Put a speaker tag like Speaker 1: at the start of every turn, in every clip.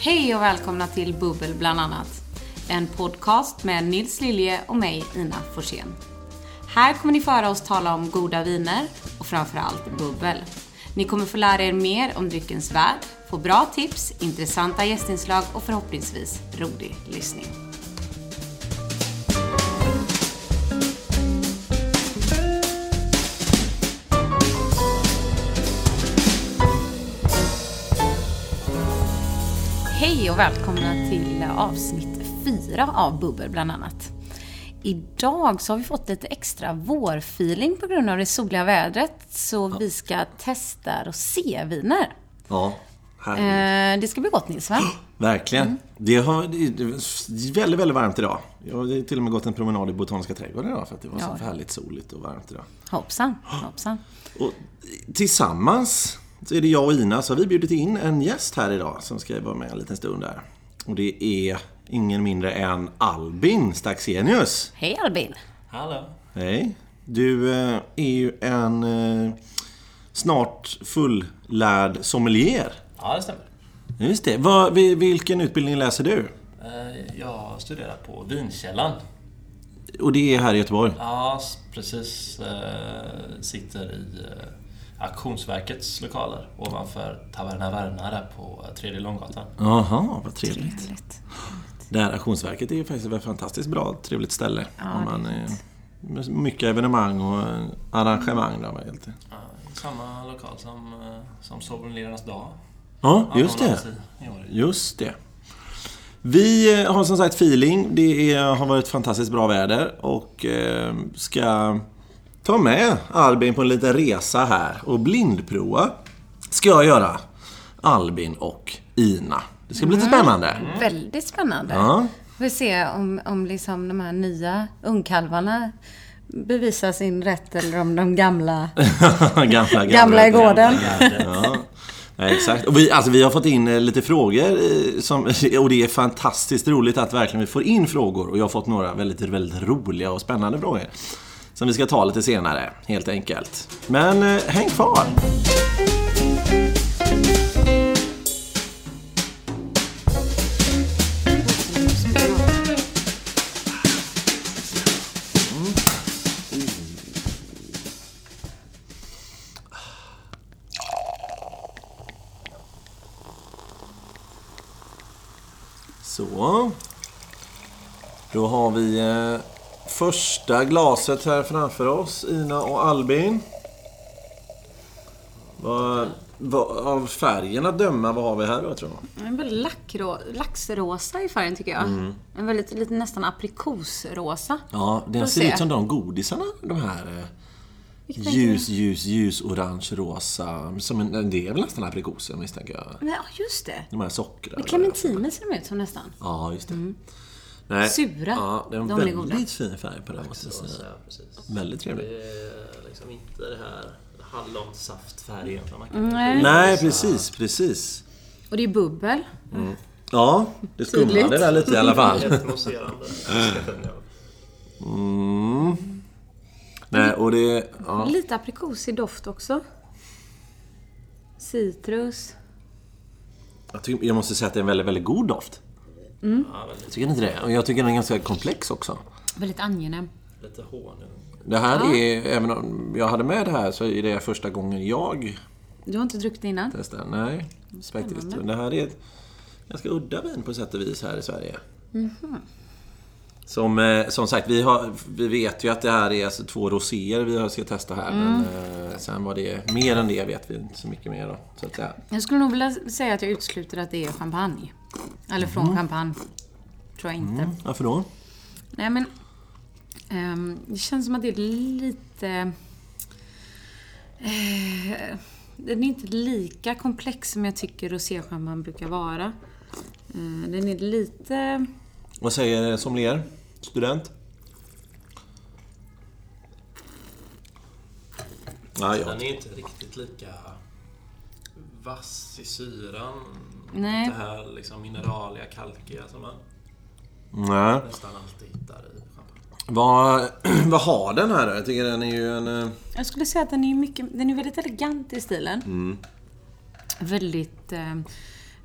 Speaker 1: Hej och välkomna till Bubbel bland annat. En podcast med Nils Lilje och mig, Ina Forsén. Här kommer ni få höra oss tala om goda viner och framförallt bubbel. Ni kommer få lära er mer om dryckens värld, få bra tips, intressanta gästinslag och förhoppningsvis rolig lyssning. Hej och välkomna till avsnitt 4 av Bubbel bland annat. Idag så har vi fått lite extra vårfeeling på grund av det soliga vädret så vi ska testa roséviner.
Speaker 2: Ja, här.
Speaker 1: Eh, det ska bli gott Nils va?
Speaker 2: verkligen. Det, har, det är väldigt, väldigt varmt idag. Jag har till och med gått en promenad i Botaniska trädgården idag för att det var
Speaker 1: Ja.
Speaker 2: så härligt soligt och varmt idag.
Speaker 1: Hoppsan, hoppsan.
Speaker 2: Och tillsammans så är det jag och Ina, så har vi bjudit in en gäst här idag som ska vara med en liten stund där. Och det är ingen mindre än Albin Staxenius.
Speaker 1: Hej Albin!
Speaker 3: Hallå.
Speaker 2: Hej. Du eh, är ju en eh, snart fullärd sommelier.
Speaker 3: Ja, det stämmer.
Speaker 2: Just det. Vad- vi- vilken utbildning läser du?
Speaker 3: Eh, Jag studerar på Vinkällan.
Speaker 2: Och det är här i Göteborg?
Speaker 3: Ja, s- precis. eh, Sitter i eh, Auktionsverkets lokaler ovanför Taverna Värna där på eh, Tredje Långgatan.
Speaker 2: Jaha, vad trevligt.
Speaker 1: Trevligt.
Speaker 2: Det här auktionsverket är ju faktiskt ett fantastiskt bra, trevligt ställe.
Speaker 1: Ja,
Speaker 2: Om man, eh, med mycket evenemang och eh, arrangemang. Där, va, helt.
Speaker 3: Ja, Samma lokal som, eh, som Sommeliernas dag.
Speaker 2: Ja, just det.
Speaker 3: anordnades i- i år.
Speaker 2: Just det. Vi eh, har som sagt feeling. Det är, har varit fantastiskt bra väder och eh, ska ta med Albin på en liten resa här och blindprova. Ska jag göra. Albin och Ina. Det ska bli lite spännande.
Speaker 1: Väldigt spännande.
Speaker 2: Ja.
Speaker 1: Vi får se om, om liksom de här nya ungkalvarna bevisar sin rätt eller om de gamla...
Speaker 2: gamla, gamla,
Speaker 1: Gamla i gården.
Speaker 2: Ja. Nej, exakt. Och vi, alltså, vi har fått in eh, lite frågor eh, som, och det är fantastiskt roligt att verkligen vi får in frågor. Och jag har fått några väldigt, väldigt roliga och spännande frågor. Som vi ska ta lite senare, helt enkelt. Men eh, häng kvar! Så. Då har vi eh, första glaset här framför oss, Ina och Albin. Vad, vad, av färgen att döma, vad har vi här då tror jag?
Speaker 1: Den är väldigt lackrå, laxrosa i färgen tycker jag. En väldigt, lite nästan aprikosrosa.
Speaker 2: Mm. Ja, den
Speaker 1: Får
Speaker 2: ser
Speaker 1: se.
Speaker 2: ut som de godisarna. De här eh,
Speaker 1: Vilken
Speaker 2: ljus, ljus, ljus, orange, rosa. Som en, det är väl nästan aprikoser misstänker jag.
Speaker 1: Nej, ja, just det.
Speaker 2: De här sockrade.
Speaker 1: Clementiner ser de ut som nästan.
Speaker 2: Ja, just det. Nej,
Speaker 1: Mm. Sura.
Speaker 2: Ja, det är en
Speaker 1: De är
Speaker 2: väldigt
Speaker 1: goda.
Speaker 2: fin färg på den måste jag
Speaker 3: Så,
Speaker 2: säga.
Speaker 3: ja, precis.
Speaker 2: Väldigt trevlig.
Speaker 3: Det är liksom inte det här hallonsaftfärgen från macken.
Speaker 1: Nej.
Speaker 2: Nej, precis, precis.
Speaker 1: Och det är bubbel.
Speaker 2: Ja, det skummade
Speaker 1: Tydligt.
Speaker 2: där lite i alla fall.
Speaker 3: Ett mousserande.
Speaker 2: Mm. Nej, och det... Ja.
Speaker 1: Lite aprikosig doft också. Citrus.
Speaker 2: Jag, tycker, jag måste säga att det är en väldigt, väldigt god doft.
Speaker 3: Ja, väldigt,
Speaker 2: Tycker ni inte det? Och jag tycker den är ganska komplex också.
Speaker 1: Väldigt angenäm.
Speaker 3: lite honung.
Speaker 2: Det här är, även om jag hade med det här, så är det första gången jag
Speaker 1: Du har inte druckit det innan?
Speaker 2: testar. Nej, faktiskt. Men Det här är ett ganska udda vin på sätt och vis här i Sverige. Som, eh, som sagt, vi, har, vi vet ju att det här är alltså två roséer vi har- ska testa här. Men eh, sen vad det är mer än det vet vi inte så mycket mer om. Så att, ja.
Speaker 1: Jag skulle nog vilja säga att jag utesluter att det är champagne. Eller från
Speaker 2: Mm.
Speaker 1: champagne. Tror jag inte.
Speaker 2: Varför då?
Speaker 1: Nej men... ehm, det känns som att det är lite... eh, den är inte lika komplex som jag tycker roséchampagne brukar vara. Eh, den är lite...
Speaker 2: Vad säger sommelier? Student? Ja, jag
Speaker 3: Den är inte riktigt lika vass i syran.
Speaker 1: Nej.
Speaker 3: Det här liksom mineraliga, kalkiga som man
Speaker 2: Nej.
Speaker 3: nästan alltid hittar i champagne.
Speaker 2: Vad, vad har den här då? Jag tycker den är ju en... eh,
Speaker 1: Jag skulle säga att den är, mycket, den är väldigt elegant i stilen. Väldigt eh,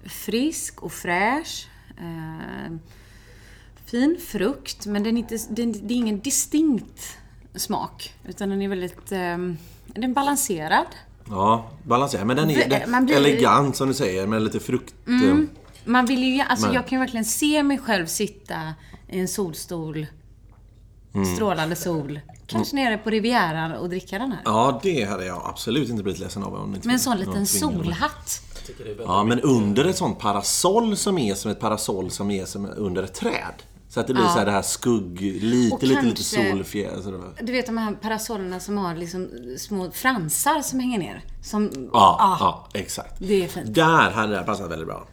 Speaker 1: frisk och fräsch. Eh, fin frukt, men den är inte, den, det är ingen distinkt smak. Utan den är väldigt... Eh, den är balanserad.
Speaker 2: Ja, balanserad. Men den är
Speaker 1: För-
Speaker 2: den,
Speaker 1: man blir- Mm.
Speaker 2: elegant som du säger, med lite frukt... eh,
Speaker 1: Man vill ju, alltså
Speaker 2: Men-
Speaker 1: jag kan ju verkligen se mig själv sitta i en solstol, strålande sol, kanske nere på Rivieran och dricka den här.
Speaker 2: Ja, det hade jag absolut inte blivit ledsen av. Om ni inte
Speaker 1: Med en sån liten
Speaker 2: tvingade mig.
Speaker 1: solhatt.
Speaker 4: Jag tycker det är väldigt
Speaker 2: Ja, men under ett sånt parasoll som är som ett parasoll som är som under ett träd. Så att det blir så här det här skugg... Lite,
Speaker 1: Och
Speaker 2: lite, lite
Speaker 1: kanske-
Speaker 2: solfjä... så det-
Speaker 1: Du vet de här parasollerna som har liksom små fransar som hänger ner. Som,
Speaker 2: Ja,
Speaker 1: ah,
Speaker 2: ja, exakt.
Speaker 1: Det är fint.
Speaker 2: Där hade det här passat väldigt bra.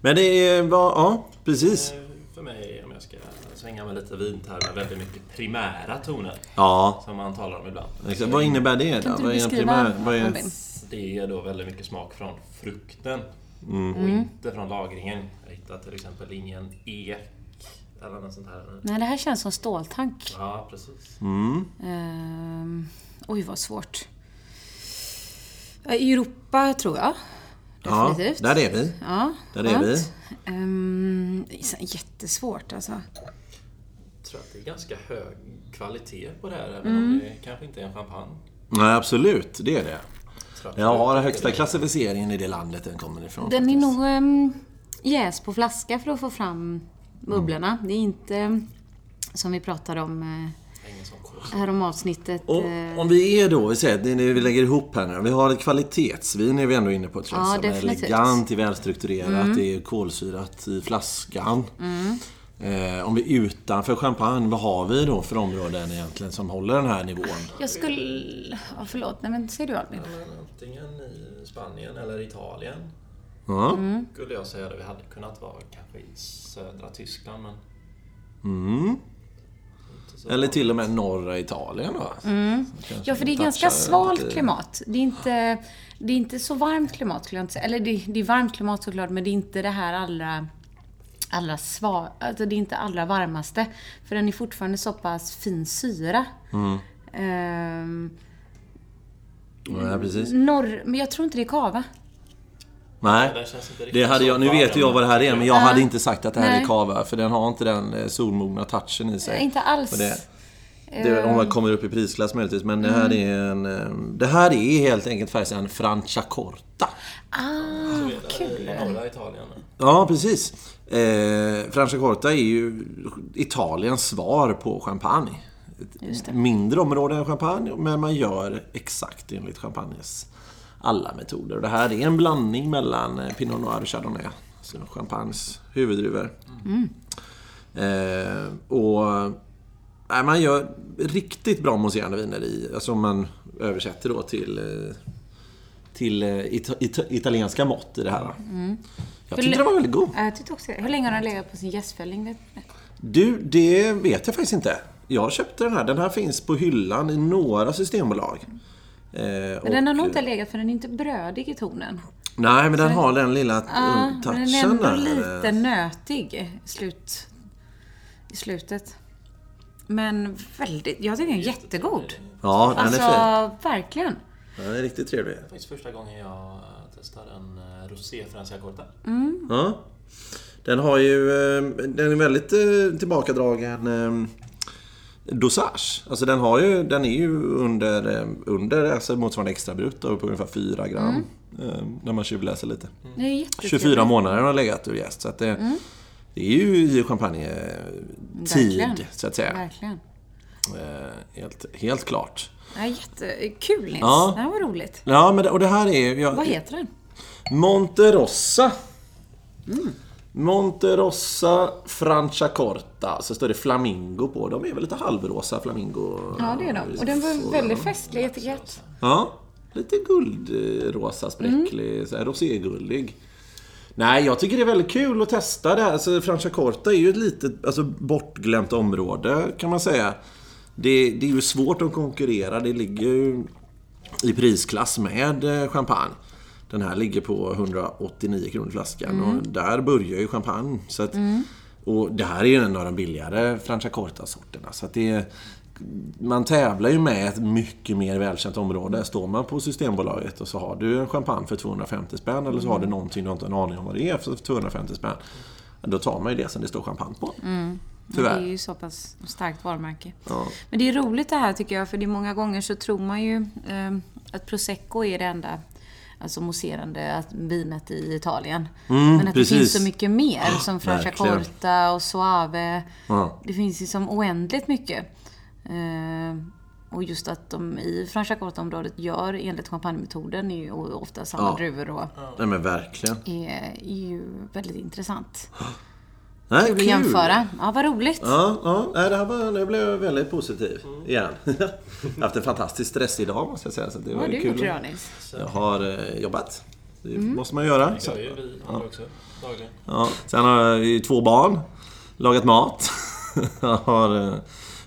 Speaker 2: Men det var... Ja, precis.
Speaker 3: För mig, om jag ska svänga med lite vintermer, väldigt mycket primära toner.
Speaker 2: Ja.
Speaker 3: Som man talar om ibland.
Speaker 2: Exakt. Vad innebär det då?
Speaker 1: Kan inte
Speaker 2: Vad
Speaker 1: du
Speaker 2: är en
Speaker 1: beskriva
Speaker 2: vad är-
Speaker 1: Robin?
Speaker 3: Det är då väldigt mycket smak från frukten
Speaker 2: Mm.
Speaker 3: och inte från lagringen. Jag hittade till exempel ingen ek eller något sånt här.
Speaker 1: Nej, det här känns som ståltank.
Speaker 3: Ja, precis.
Speaker 2: Mm.
Speaker 1: Ehm, oj, vad svårt. Ja, Europa, tror jag.
Speaker 2: Ja,
Speaker 1: Definitivt.
Speaker 2: där är vi.
Speaker 1: Ja,
Speaker 2: Där är vi.
Speaker 1: skönt. Ehm, sen jättesvårt alltså.
Speaker 3: Jag tror att det är ganska hög kvalitet på det här, även
Speaker 2: Mm.
Speaker 3: om det kanske inte är en champagne.
Speaker 2: Nej, absolut. Det är det.
Speaker 3: Jag tror att
Speaker 2: Jag har den högsta klassificeringen i det landet den kommer ifrån.
Speaker 1: Den är nog ehm, jäst på flaska för att få fram bubblorna.
Speaker 2: Mm.
Speaker 1: Det är inte ehm, som vi pratade om eh,
Speaker 3: det är Ingen sån kås.
Speaker 1: här om avsnittet.
Speaker 2: Och
Speaker 1: eh,
Speaker 2: om vi är då, vi säger att det är det vi lägger ihop här nu. Vi har ett kvalitetsvin är vi ändå inne på tror jag.
Speaker 1: Ja,
Speaker 2: som är
Speaker 1: definitivt. Mm.
Speaker 2: elegant, det är välstrukturerat, det är kolsyrat i flaskan. Eh, om vi är utanför champagne, vad har vi då för områden egentligen som håller den här nivån?
Speaker 1: Jag skulle... Ja, förlåt. Nej, men säg du Albin.
Speaker 3: Men antingen i Spanien eller Italien
Speaker 2: Ja.
Speaker 1: Mm.
Speaker 3: skulle jag säga det. Vi hade kunnat vara kanske i södra Tyskland, men... Inte så
Speaker 2: Eller till och med norra Italien då.
Speaker 1: Mm. Ja, för det är
Speaker 2: touchar
Speaker 1: ganska svalt
Speaker 2: lite.
Speaker 1: klimat. Det är inte, det är inte så varmt klimat skulle jag inte säga. Eller det, det är varmt klimat såklart, men det är inte det här allra... Allra sva, alltså det är inte allra varmaste. För den är fortfarande så pass fin syra. Ehm,
Speaker 2: Ja, precis.
Speaker 1: norr, men jag tror inte det är kava.
Speaker 2: Nej.
Speaker 3: Det känns inte riktigt
Speaker 2: Det hade
Speaker 3: så
Speaker 2: jag, nu vet ju jag vad det här är, men jag hade inte sagt att det här är
Speaker 1: Nej.
Speaker 2: kava, för den har inte den eh, solmogna touchen i sig.
Speaker 1: Inte Eh. alls.
Speaker 2: Och det, det, om man kommer upp i prisklass möjligtvis, men det
Speaker 1: Mm.
Speaker 2: här är en... eh, Det här är helt enkelt faktiskt en franciacorta.
Speaker 1: Ah, vad
Speaker 3: I
Speaker 1: kul.
Speaker 3: norra Italien.
Speaker 2: Ja, precis. Eh, franciacorta är ju Italiens svar på champagne. Ett Mindre område än champagne, men man gör exakt enligt champagnes alla metoder. Och det här är en blandning mellan eh, Pinot Noir och Chardonnay, alltså champagnes huvuddruvor. Eh, och nej, man gör riktigt bra mousserande viner i, alltså om man översätter då till eh, till eh, ita- ita- italienska mått i det här. va? Jag tyckte den var väldigt god.
Speaker 1: Ja, Jag tyckte också det. Hur länge har den legat på sin jästfällning? Vet du?
Speaker 2: Du, det vet jag faktiskt inte. Jag köpte den här. Den här finns på hyllan i några systembolag. Eh,
Speaker 1: Men den har nog inte legat för den är inte brödig i tonen.
Speaker 2: Nej, men den har den lilla
Speaker 1: Ja,
Speaker 2: uh,
Speaker 1: men Ah, den är
Speaker 2: touchen
Speaker 1: ändå
Speaker 2: där.
Speaker 1: lite nötig i slut, i slutet. Men väldigt, jag tycker den är jättegod.
Speaker 2: Ja, den
Speaker 1: Alltså,
Speaker 2: är fin.
Speaker 1: verkligen.
Speaker 2: Den är riktigt trevlig.
Speaker 3: Det var faktiskt första gången jag testade en eh, rosé franciacorta.
Speaker 2: Ja. Den har ju... eh, Den är väldigt eh, tillbakadragen eh, dosage. Alltså den, har ju, den är ju under, eh, under alltså motsvarande extra brut då, på ungefär 4
Speaker 1: Mm.
Speaker 2: gram. eh, När man tjuvläser lite.
Speaker 1: Den är jättetrevlig.
Speaker 2: 24 månader har den legat ur jäst. Så att det,
Speaker 1: Mm.
Speaker 2: det är ju i champagne-tid,
Speaker 1: Verkligen.
Speaker 2: så att säga.
Speaker 1: Verkligen.
Speaker 2: Eh, Helt, helt klart.
Speaker 1: Ja, jättekul Nils.
Speaker 2: Ja.
Speaker 1: Det här var roligt.
Speaker 2: Ja, men det, och det här är ju...
Speaker 1: Vad
Speaker 2: Jag,
Speaker 1: heter den?
Speaker 2: Monterossa.
Speaker 1: Mm.
Speaker 2: Monterossa Franciacorta. Så står det flamingo på. De är väl lite halvrosa flamingo...
Speaker 1: Ja, det är den. Och den var väldigt festlig etikett.
Speaker 2: Ja, lite guldrosa spräcklig, så här roséguldig. Nej, jag tycker det är väldigt kul att testa det här. Alltså, Franciacorta är ju ett litet alltså, bortglömt område kan man säga. Det, det är ju svårt att konkurrera. Det ligger ju i prisklass med eh, champagne. Den här ligger på 189 kronor flaskan och där börjar ju champagne. Så att, Och det här är ju en av de billigare Franciacorta-sorterna. Så att det, man tävlar ju med ett mycket mer välkänt område. Står man på Systembolaget och så har du en champagne för 250 spänn eller så har du
Speaker 1: Mm.
Speaker 2: någonting du inte har en aning om vad det är för 250 spänn. Då tar man ju det som det står champagne på.
Speaker 1: Mm. Det
Speaker 2: Tyvärr.
Speaker 1: är ju så pass starkt varumärke.
Speaker 2: Ja.
Speaker 1: Men det är roligt det här tycker jag, för det är många gånger så tror man ju eh, att prosecco är det enda alltså mousserande att- vinet i Italien. Men att det
Speaker 2: Mm, precis.
Speaker 1: finns så mycket mer, som Francia
Speaker 2: verkligen.
Speaker 1: Corta och Suave.
Speaker 2: Ja.
Speaker 1: Det finns ju som oändligt mycket. Eh, och just att de i Francia Corta-området gör enligt champagnemetoden är ju och ofta samma
Speaker 2: Ja.
Speaker 1: druvor och
Speaker 2: Nej men verkligen.
Speaker 1: är, är ju väldigt intressant.
Speaker 2: Nej,
Speaker 1: Kul att jämföra. Ja, vad roligt.
Speaker 2: Ja, ja. Nej, det här var, nu blev jag väldigt positiv
Speaker 1: Mm.
Speaker 2: igen. jag har haft en fantastisk stress idag måste jag säga. Så det
Speaker 1: Vad
Speaker 2: var
Speaker 1: har
Speaker 2: ju
Speaker 1: du Mm.
Speaker 2: kul.
Speaker 1: gjort idag Nils?
Speaker 2: Jag har eh, jobbat. Det måste man göra.
Speaker 3: Det
Speaker 2: Så,
Speaker 3: gör ju vi andra också dagligen.
Speaker 2: ja. Sen har jag ju två barn. Lagat mat. jag har eh,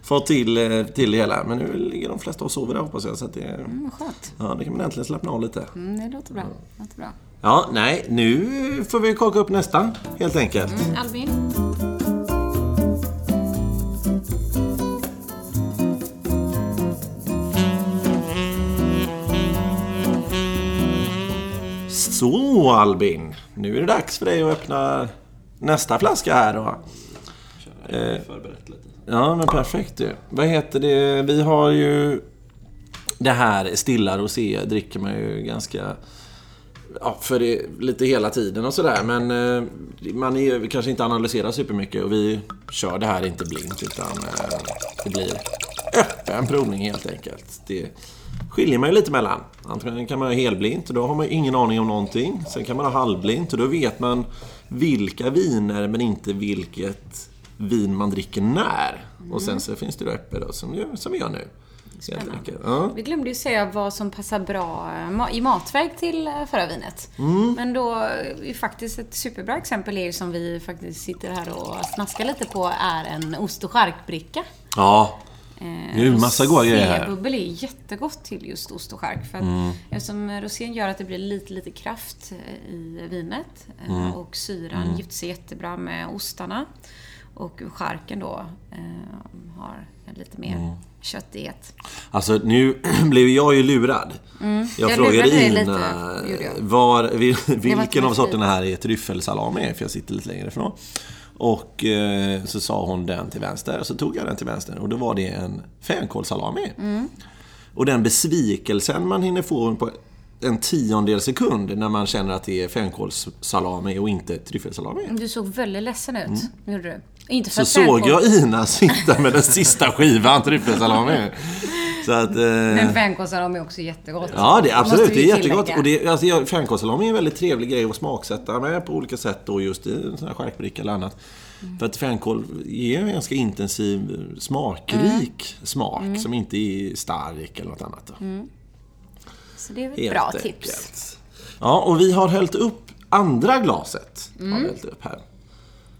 Speaker 2: fått till, eh, till det hela. Men nu ligger de flesta och sover där hoppas jag. Så att det,
Speaker 1: Mm, skönt.
Speaker 2: ja, det kan man äntligen slappna av lite.
Speaker 1: Mm, det låter bra. Låter bra.
Speaker 2: Ja, nej. Nu får vi kaka upp nästa helt enkelt.
Speaker 1: Albin?
Speaker 2: Så Albin, nu är det dags för dig att öppna nästa flaska här. Då. Eh,
Speaker 3: Jag har förberett lite.
Speaker 2: Ja, men perfekt du. Vad heter det? Vi har ju... Det här stilla rosé dricker man ju ganska... Ja, för det, lite hela tiden och sådär. Men eh, man är, ju- kanske inte analyserar supermycket och vi kör det här inte blint utan eh, det blir öppen provning helt enkelt. Det skiljer man ju lite mellan. Antingen kan man ha helblint och då har man ju ingen aning om någonting. Sen kan man ha halvblint och då vet man vilka viner men inte vilket vin man dricker när. Och sen så finns det då öppet då, som, ju- som vi gör nu. Spännande. Ja.
Speaker 1: Vi glömde ju säga vad som passar bra eh, ma- i matväg till eh, förra vinet. Men då eh, är faktiskt ett superbra exempel är ju som vi faktiskt sitter här och snaskar lite på är en ost och charkbricka.
Speaker 2: ja.
Speaker 1: Eh,
Speaker 2: Nu är det massa goda grejer här. Mm.
Speaker 1: Rosébubbel är jättegott till just ost och chark. För att Eftersom rosén gör att det blir lite, lite kraft eh, i vinet eh,
Speaker 2: Mm.
Speaker 1: och syran gifter sig jättebra med ostarna. Och charken då eh, har lite mer
Speaker 2: Mm.
Speaker 1: köttighet.
Speaker 2: Alltså nu blev jag ju lurad. Jag,
Speaker 1: Mm. jag
Speaker 2: frågade
Speaker 1: lurade dig
Speaker 2: Ina
Speaker 1: lite, gjorde jag.
Speaker 2: var, vil, vilken av
Speaker 1: tillräckligt.
Speaker 2: sorterna här är tryffelsalami, för jag sitter lite längre ifrån. Och eh, så sa hon den till vänster, och så tog jag den till vänster och då var det en fänkålssalami.
Speaker 1: Mm.
Speaker 2: Och den besvikelsen man hinner få på en tiondel sekund när man känner att det är fänkålssalami och inte tryffelsalami.
Speaker 1: Du såg väldigt ledsen ut. Gjorde du? Inte för
Speaker 2: Mm. Så
Speaker 1: att
Speaker 2: såg
Speaker 1: Mm. fänkål-
Speaker 2: jag Ina sitta med den sista skivan tryffelsalami. Så att... eh,
Speaker 1: Men fänkålssalami är också jättegott.
Speaker 2: Ja, det, absolut.
Speaker 1: Måste
Speaker 2: Det
Speaker 1: vi
Speaker 2: är jättegott.
Speaker 1: tillägga.
Speaker 2: Och det, alltså, jag- fänkålssalami är en väldigt trevlig grej att smaksätta med på olika sätt då just i en sån här charkbricka eller annat.
Speaker 1: Mm.
Speaker 2: För att fänkål ger en ganska intensiv, eh, smakrik
Speaker 1: Mm.
Speaker 2: smak som inte är stark eller något annat. Då.
Speaker 1: Så det är väl ett
Speaker 2: Helt
Speaker 1: Mm. bra
Speaker 2: enkelt.
Speaker 1: tips.
Speaker 2: Ja, och vi har hällt upp andra glaset. Har
Speaker 1: Mm.
Speaker 2: vi hällt upp här.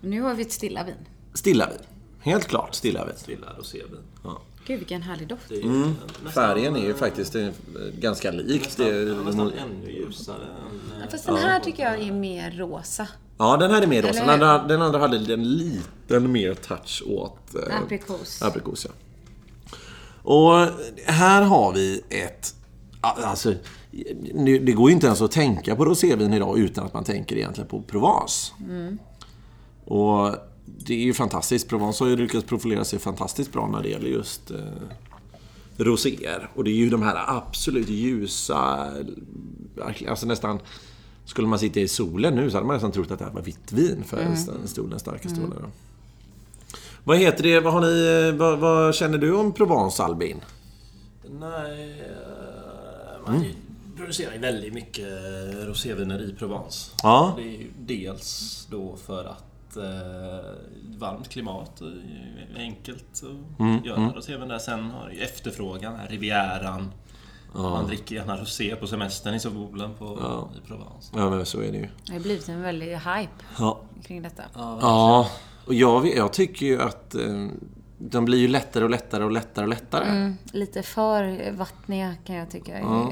Speaker 1: Nu har vi ett stilla vin.
Speaker 2: Stilla vin. Helt klart stilla vin.
Speaker 3: Stilla rosévin.
Speaker 1: Gud, vilken härlig doft.
Speaker 2: Färgen är ju faktiskt eh, ganska likt.
Speaker 3: Ja, Nästan ännu ljusare än... eh,
Speaker 1: Fast den här tycker jag är mer rosa.
Speaker 2: Ja, den här är mer rosa. Den
Speaker 1: Eller-
Speaker 2: andra, den andra hade en liten mer touch åt... eh,
Speaker 1: Aprikos.
Speaker 2: Aprikos, ja. Och här har vi ett... Alltså, nu- det går ju inte ens att tänka på rosévin idag utan att man tänker egentligen på Provence. Och det är ju fantastiskt. Provence har ju lyckats profilera sig fantastiskt bra när det gäller just eh, roséer. Och det är ju de här absolut ljusa, verkligen, alltså nästan skulle man sitta i solen nu så hade man nästan trott att det här var vitt vin för mm. stolen, starka stolen. Vad heter det? Vad, har ni, eh, vad, vad känner du om Provence, Albin?
Speaker 3: Nej, eh, man producerar ju väldigt mycket roséviner i Provence.
Speaker 2: Ja.
Speaker 3: Det är ju dels då för att eh, varmt klimat är ju enkelt att
Speaker 2: Mm,
Speaker 3: göra rosévin där. Sen har ju efterfrågan, här, Rivieran. Man dricker gärna rosé på semestern i solen på, i Provence.
Speaker 2: Ja, men så är det ju.
Speaker 1: Det har blivit en väldig hype
Speaker 2: Ja,
Speaker 1: kring detta.
Speaker 2: ja. och jag, vet- jag tycker ju att eh, de blir ju lättare och lättare och lättare och lättare.
Speaker 1: Mm, lite för vattniga kan jag tycka eh,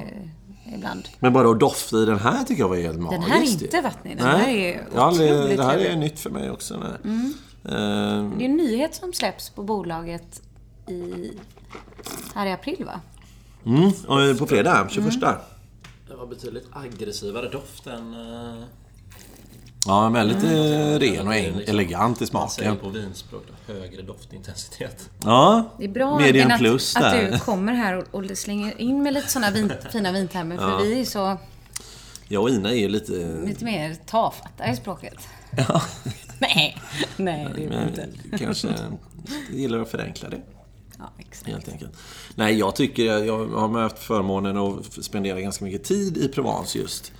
Speaker 1: ibland.
Speaker 2: Men bara att dofta i den här tycker jag var helt
Speaker 1: Den
Speaker 2: magiskt.
Speaker 1: här är inte vattnig. Den här är
Speaker 2: jag har aldrig-
Speaker 1: otroligt Mm.
Speaker 2: Det här
Speaker 1: trevlig.
Speaker 2: är nytt för mig också. nej. Ehm,
Speaker 1: Det är en nyhet som släpps på bolaget i... Här i april va?
Speaker 2: Mm. Och på fredag, 21.
Speaker 3: Det var betydligt aggressivare doft än... eh,
Speaker 2: Ja, väldigt
Speaker 1: Mm.
Speaker 2: eh, ren och
Speaker 3: Liksom.
Speaker 2: en- elegant i
Speaker 3: Man säger
Speaker 2: smaken.
Speaker 1: Alltså,
Speaker 3: på vinspråk då, högre doftintensitet.
Speaker 2: Ja,
Speaker 1: Det är bra
Speaker 2: medium
Speaker 1: Albin,
Speaker 2: plus
Speaker 1: att, att
Speaker 2: där.
Speaker 1: du kommer här och, och slänger in med lite såna vin, fina vintermer för vi är ju så
Speaker 2: Jag och Ina är ju lite...
Speaker 1: lite mer tafatta i språket. nej, nej det är vi inte.
Speaker 2: Men, kanske gillar att förenkla det.
Speaker 1: Ja, exakt.
Speaker 2: Helt enkelt. Nej, jag tycker jag, jag har haft förmånen att f- spendera ganska mycket tid i Provence just.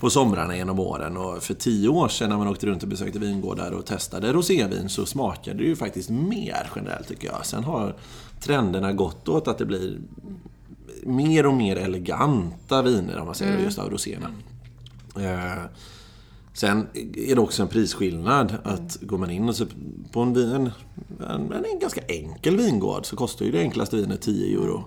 Speaker 2: På somrarna genom åren. Och för tio år sedan när man åkte runt och besökte vingårdar och testade rosévin så smakade det ju faktiskt mer generellt tycker jag. Sen har trenderna gått åt att det blir mer och mer eleganta viner om man säger
Speaker 1: Mm.
Speaker 2: just av roséerna. Eh, Sen är det också en prisskillnad. Att går man in och så på en, vin, en, en, en ganska enkel vingård så kostar ju det enklaste vinet 10 euro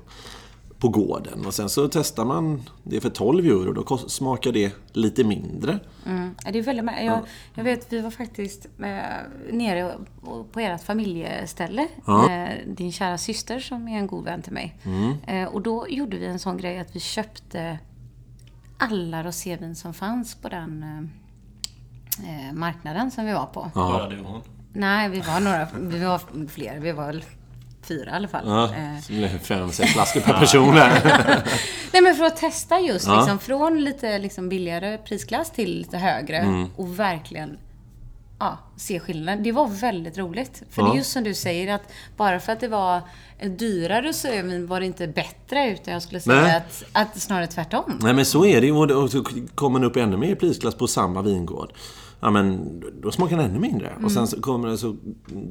Speaker 2: på gården. Och sen så testar man det för 12 euro. Då kost, smakar det lite mindre.
Speaker 1: Mm. Ja, Det är väldigt, jag, jag vet, vi var faktiskt eh, nere och- på ert familjeställe. Eh, din kära syster som är en god vän till mig. Eh, och då gjorde vi en sån grej att vi köpte alla rosévin som fanns på den eh, eh, marknaden som vi var på.
Speaker 3: Bara du och hon.
Speaker 1: Nej, vi var några, vi var fler. Vi var väl fyra i alla fall. Eh,
Speaker 2: så blir det fem, sex flaskor per person här.
Speaker 1: Nej men för att testa just liksom, från lite liksom, billigare prisklass till lite högre
Speaker 2: Mm.
Speaker 1: och verkligen ja, se skillnaden. Det var väldigt roligt. För det är just som du säger att bara för att det var ett dyrare så var det inte bättre utan jag skulle
Speaker 2: Nej.
Speaker 1: säga att, att snarare tvärtom.
Speaker 2: Nej men så är det ju. Och och så kommer den upp ännu mer i prisklass på samma vingård. Ja men då smakar den ännu mindre. Och sen så kommer det så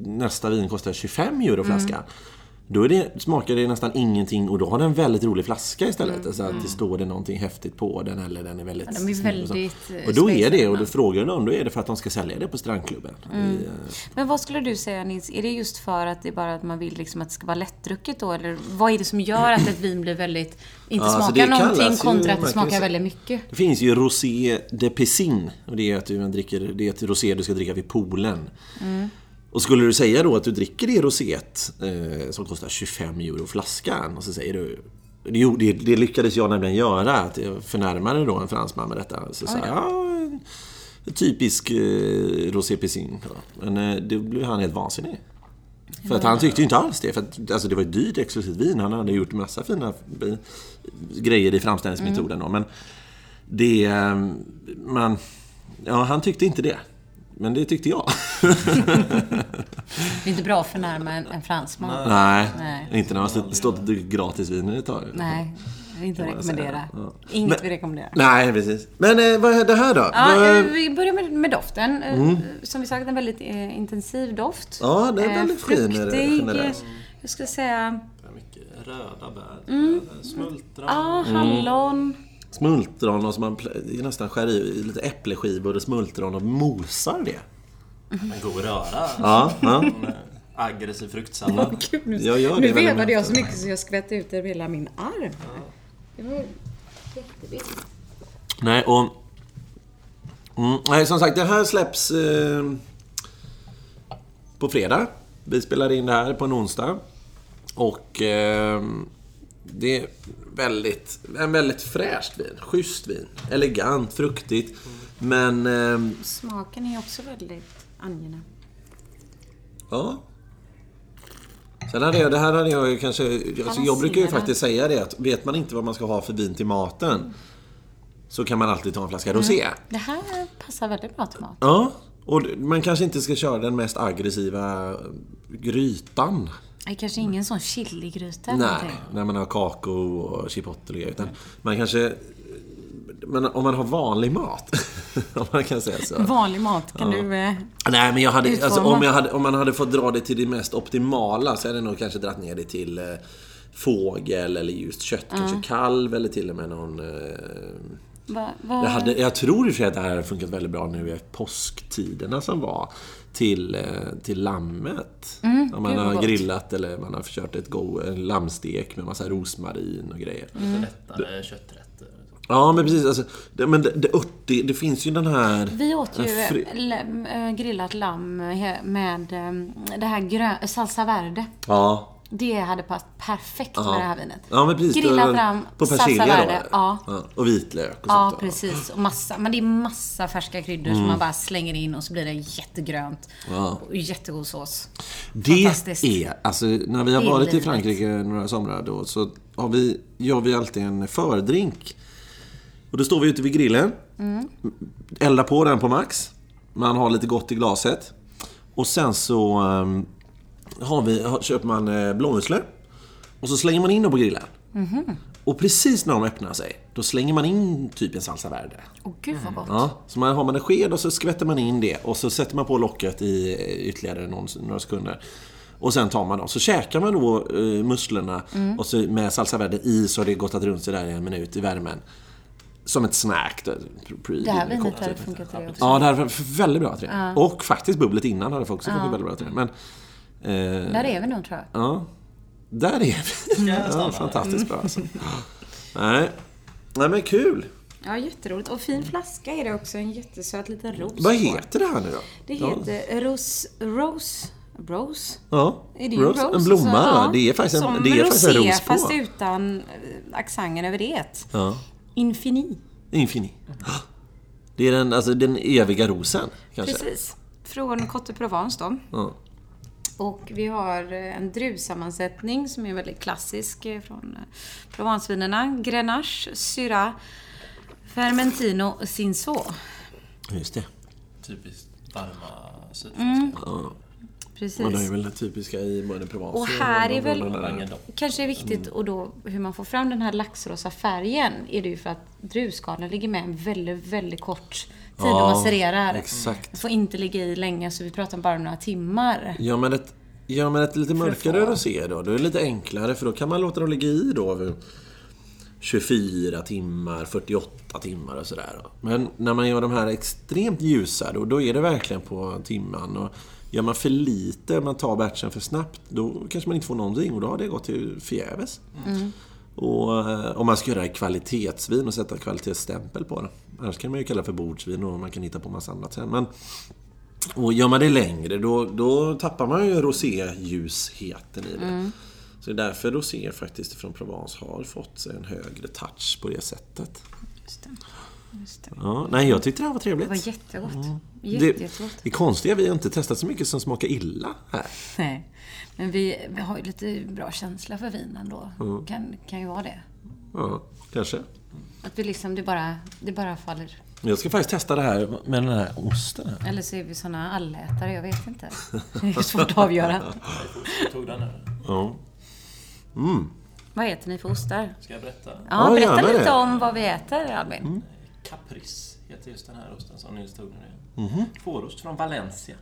Speaker 2: nästa vin kostar 25 euro flaska. Då är det, smakar det nästan ingenting och då har den en väldigt rolig flaska istället. Alltså att det står det någonting häftigt på den eller den är väldigt
Speaker 1: Mm. Ja, de är
Speaker 2: snygg och så.
Speaker 1: väldigt, eh,
Speaker 2: Och då är det,
Speaker 1: spacade,
Speaker 2: och då frågar du dem, då är det för att de ska sälja det på strandklubben.
Speaker 1: Mm.
Speaker 2: I, eh,
Speaker 1: Men vad skulle du säga Nils, är det just för att det är bara att man vill liksom att det ska vara lättdrucket då? Eller vad är det som gör att ett vin blir väldigt, inte
Speaker 2: Ja,
Speaker 1: smakar
Speaker 2: alltså det kallas
Speaker 1: någonting
Speaker 2: ju-
Speaker 1: kontra att det
Speaker 2: man kan ju
Speaker 1: smakar
Speaker 2: säga-
Speaker 1: väldigt mycket?
Speaker 2: Det finns ju Rosé de Piscine. Och det är att du man dricker, det är ett rosé du ska dricka vid poolen. Och skulle du säga då att du dricker det roséet eh, som kostar 25 euro flaskan och så säger du Jo, det, det lyckades jag nämligen göra. Att jag förnärmade då en fransman med detta. Så sa jag, ja, en typisk eh, Rosé Piscine. då." Men eh, då blev han helt vansinnig. För att han tyckte ju inte alls det. För att, alltså, det var ett dyrt exklusivt vin. Han hade gjort massa fina eh, grejer i framställningsmetoden. Då, men det... eh, Man, ja, han tyckte inte det. Men det tyckte jag.
Speaker 1: Det är inte bra att förnärma en, en fransman.
Speaker 2: Nej,
Speaker 1: Nej.
Speaker 2: inte när man stått- stått och druckit gratis vin ett tag.
Speaker 1: Nej, det är inte att
Speaker 2: jag säga.
Speaker 1: rekommendera.
Speaker 2: Ja.
Speaker 1: Inget
Speaker 2: Men-
Speaker 1: vi rekommenderar.
Speaker 2: Nej, precis. Men eh, vad är det här då?
Speaker 1: Ja,
Speaker 2: vad,
Speaker 1: eh, vi börjar med, med doften. Eh, Som vi sagt, en väldigt eh, intensiv doft.
Speaker 2: Ja, det är
Speaker 1: Eh,
Speaker 2: väldigt fin, är det,
Speaker 1: fruktig,
Speaker 2: generellt.
Speaker 1: eh, Jag skulle säga,
Speaker 3: Det är Mycket röda bär. Smultron.
Speaker 1: ja,
Speaker 2: Mm.
Speaker 1: hallon.
Speaker 2: smultron och som man pl- det är nästan skär i i lite äppleskivor och smultron och mosar det.
Speaker 3: En god röra.
Speaker 2: Ja, ja.
Speaker 3: En eh, aggressiv fruktsallad.
Speaker 1: Gud, nu
Speaker 2: Jag gör det
Speaker 1: nu
Speaker 2: väldigt
Speaker 1: vevade jag
Speaker 2: mycket.
Speaker 1: så mycket så jag skvätte ut över hela min arm. Det var jättevitt.
Speaker 2: Nej, och... Mm, nej, som sagt, det här släpps eh, på fredag. Vi spelar in det här på en onsdag. Och eh, det är väldigt, en väldigt fräscht vin. Schysst vin. Elegant, fruktigt. Men, eh,
Speaker 1: Smaken är också väldigt angenäm.
Speaker 2: ja. Sen hade jag, det här hade jag ju kanske... Alltså jag brukar ju
Speaker 1: Balanserad.
Speaker 2: faktiskt säga det att vet man inte vad man ska ha för vin till maten så kan man alltid ta en flaska rosé.
Speaker 1: Det här passar väldigt bra till mat.
Speaker 2: Ja, och man kanske inte ska köra den mest aggressiva eh, grytan.
Speaker 1: Det är kanske ingen sån chiligryta eller
Speaker 2: Nej,
Speaker 1: någonting.
Speaker 2: när man har kakao och chipotle. Utan man kanske... eh, Men om man har vanlig mat, om man kan säga så.
Speaker 1: Vanlig mat kan du... eh,
Speaker 2: Nej, men jag hade,
Speaker 1: Utforma.
Speaker 2: alltså, om, jag hade, om man hade fått dra det till det mest optimala så hade jag nog kanske dragit ner det till eh, fågel eller just kött. Kanske kalv eller till och med någon... Eh,
Speaker 1: va- va-
Speaker 2: Jag, hade, jag tror i och för sig att det här hade funkat väldigt bra nu i påsktiderna som var. Till, eh, till lammet. Om
Speaker 1: Mm,
Speaker 2: man
Speaker 1: gud vad
Speaker 2: har
Speaker 1: gott.
Speaker 2: grillat eller man har kört ett go, en lammstek med massa rosmarin och grejer.
Speaker 3: Lite lättare kötträtter.
Speaker 2: Ja, men precis. Alltså, det, men det, det, örtig- det finns ju den här...
Speaker 1: Vi åt ju
Speaker 2: en fri-
Speaker 1: eh,
Speaker 5: ehm,
Speaker 1: l- eh, grillat lamm he- med eh, det här grö- salsa verde.
Speaker 2: Ja.
Speaker 5: Det hade passat perfekt med det här vinet.
Speaker 2: Ja, men precis.
Speaker 5: Grilla
Speaker 2: Då-
Speaker 5: fram,
Speaker 2: På
Speaker 5: salsa
Speaker 2: persilja då?
Speaker 5: verde,
Speaker 2: eller?
Speaker 5: ja.
Speaker 2: Och vitlök och
Speaker 5: Ja,
Speaker 2: sånt där.
Speaker 5: precis. Och massa, men det är massa färska kryddor som man bara slänger in och så blir det jättegrönt.
Speaker 2: Ja.
Speaker 5: Och jättegod sås. Fantastiskt.
Speaker 2: Det är, alltså när vi har
Speaker 5: Det är
Speaker 2: varit i
Speaker 5: livet.
Speaker 2: Frankrike några somrar då så har vi, gör vi alltid en fördrink. Och då står vi ute vid grillen. Eldar på den på max. Man har lite gott i glaset. Och sen så ehm, har vi, har, köper man eh, blåmusslor. Och så slänger man in dem på grillen. Och precis när de öppnar sig, då slänger man in typ en salsa verde.
Speaker 5: Åh gud vad gott.
Speaker 2: Ja, så man har man en sked och så skvätter man in det och så sätter man på locket i ytterligare någon, några sekunder. Och sen tar man dem. Så käkar man då eh, musslorna och så med salsa verde i så har det gottat runt sig där i en minut i värmen. Som ett snack. Då, pre,
Speaker 5: Det här vinet
Speaker 2: cocktail.
Speaker 5: hade funkat till det också.
Speaker 2: Ja, det här var väldigt bra till det. Och faktiskt bubblet innan hade också funkat väldigt bra till det. Men, eh,
Speaker 5: Där är vi nog tror jag.
Speaker 2: ja, där är vi. Ja, fantastiskt bra alltså. Nej. Nej men kul!
Speaker 1: Ja, jätteroligt. Och fin flaska är det också. En jättesöt liten ros.
Speaker 2: Vad heter det här nu då?
Speaker 1: Det
Speaker 2: Ja.
Speaker 1: heter Rose... Rose? Rose?
Speaker 2: Ja,
Speaker 1: Är det ju rose?
Speaker 2: en blomma.
Speaker 1: alltså?
Speaker 2: ja. Det är faktiskt en,
Speaker 1: Som
Speaker 2: det är faktiskt en
Speaker 1: rosé,
Speaker 2: ros på.
Speaker 1: fast utan eh, accenten över det.
Speaker 2: Ja.
Speaker 1: Infini.
Speaker 2: Infini. Det är den, alltså, den eviga rosen, kanske.
Speaker 1: Precis. Från Cote Provence då.
Speaker 2: Ja.
Speaker 1: Och vi har eh, en druvsammansättning som är väldigt klassisk eh, från eh, Provencevinerna. Grenache, Syrah, Fermentino och Cinsault.
Speaker 2: Just det.
Speaker 3: Typiskt varma
Speaker 1: Mm.
Speaker 3: sydfranska.
Speaker 1: Precis.
Speaker 2: Och de är väl typiska i både Provence
Speaker 1: Och här är väl-
Speaker 3: Languedoc.
Speaker 1: Kanske är viktigt
Speaker 2: Mm.
Speaker 1: och då hur man får fram den här laxrosa färgen är det ju för att druvskalen ligger med en väldigt, väldigt kort tid
Speaker 2: Ja,
Speaker 1: och macererar.
Speaker 2: exakt.
Speaker 1: Det får inte ligga i länge så vi pratar bara om några timmar.
Speaker 2: Ja, men ett, ja, men ett lite mörkare rosé då. Då är det lite enklare för då kan man låta dem ligga i då. över 24 timmar, 48 timmar och sådär. då. Men när man gör de här extremt ljusa då, då är det verkligen på timman. Och gör man för lite, man tar batchen för snabbt, då kanske man inte får någonting och då har det gått till förgäves. Och eh, om man ska göra kvalitetsvin och sätta kvalitetsstämpel på det. Annars kan man ju kalla det för bordsvin och man kan hitta på massa annat sen. Men, och gör man det längre då, då tappar man ju roséljusheten i det.
Speaker 1: Mm.
Speaker 2: Så det är därför rosé faktiskt från Provence har fått sig en högre touch på det sättet.
Speaker 1: Just det. Just det.
Speaker 2: Ja, nej, jag tyckte det här var
Speaker 1: det var
Speaker 2: trevligt.
Speaker 1: jättegott.
Speaker 2: Mm. Det,
Speaker 1: Jättegott.
Speaker 2: det konstiga är att vi har inte testat så mycket som smakar illa här.
Speaker 1: Nej. Men vi, vi har ju lite bra känsla för vin ändå.
Speaker 2: Mm.
Speaker 1: Kan, kan ju vara det.
Speaker 2: Ja, kanske.
Speaker 1: Att vi liksom, det bara, det bara faller.
Speaker 2: Jag ska faktiskt testa det här med den här osten. Här.
Speaker 1: Eller så är vi såna allätare, jag vet inte. Det är svårt att avgöra.
Speaker 3: Jag tog den här.
Speaker 2: Ja.
Speaker 1: Vad äter ni för ostar?
Speaker 3: Ska jag berätta?
Speaker 1: Ja,
Speaker 2: Ja,
Speaker 1: berätta
Speaker 2: gärna
Speaker 1: lite
Speaker 2: det. Mm.
Speaker 1: om vad vi äter, Albin.
Speaker 3: Caprice heter just den här osten som Nils tog nu.
Speaker 2: Mhm.
Speaker 3: Fårost från Valencia.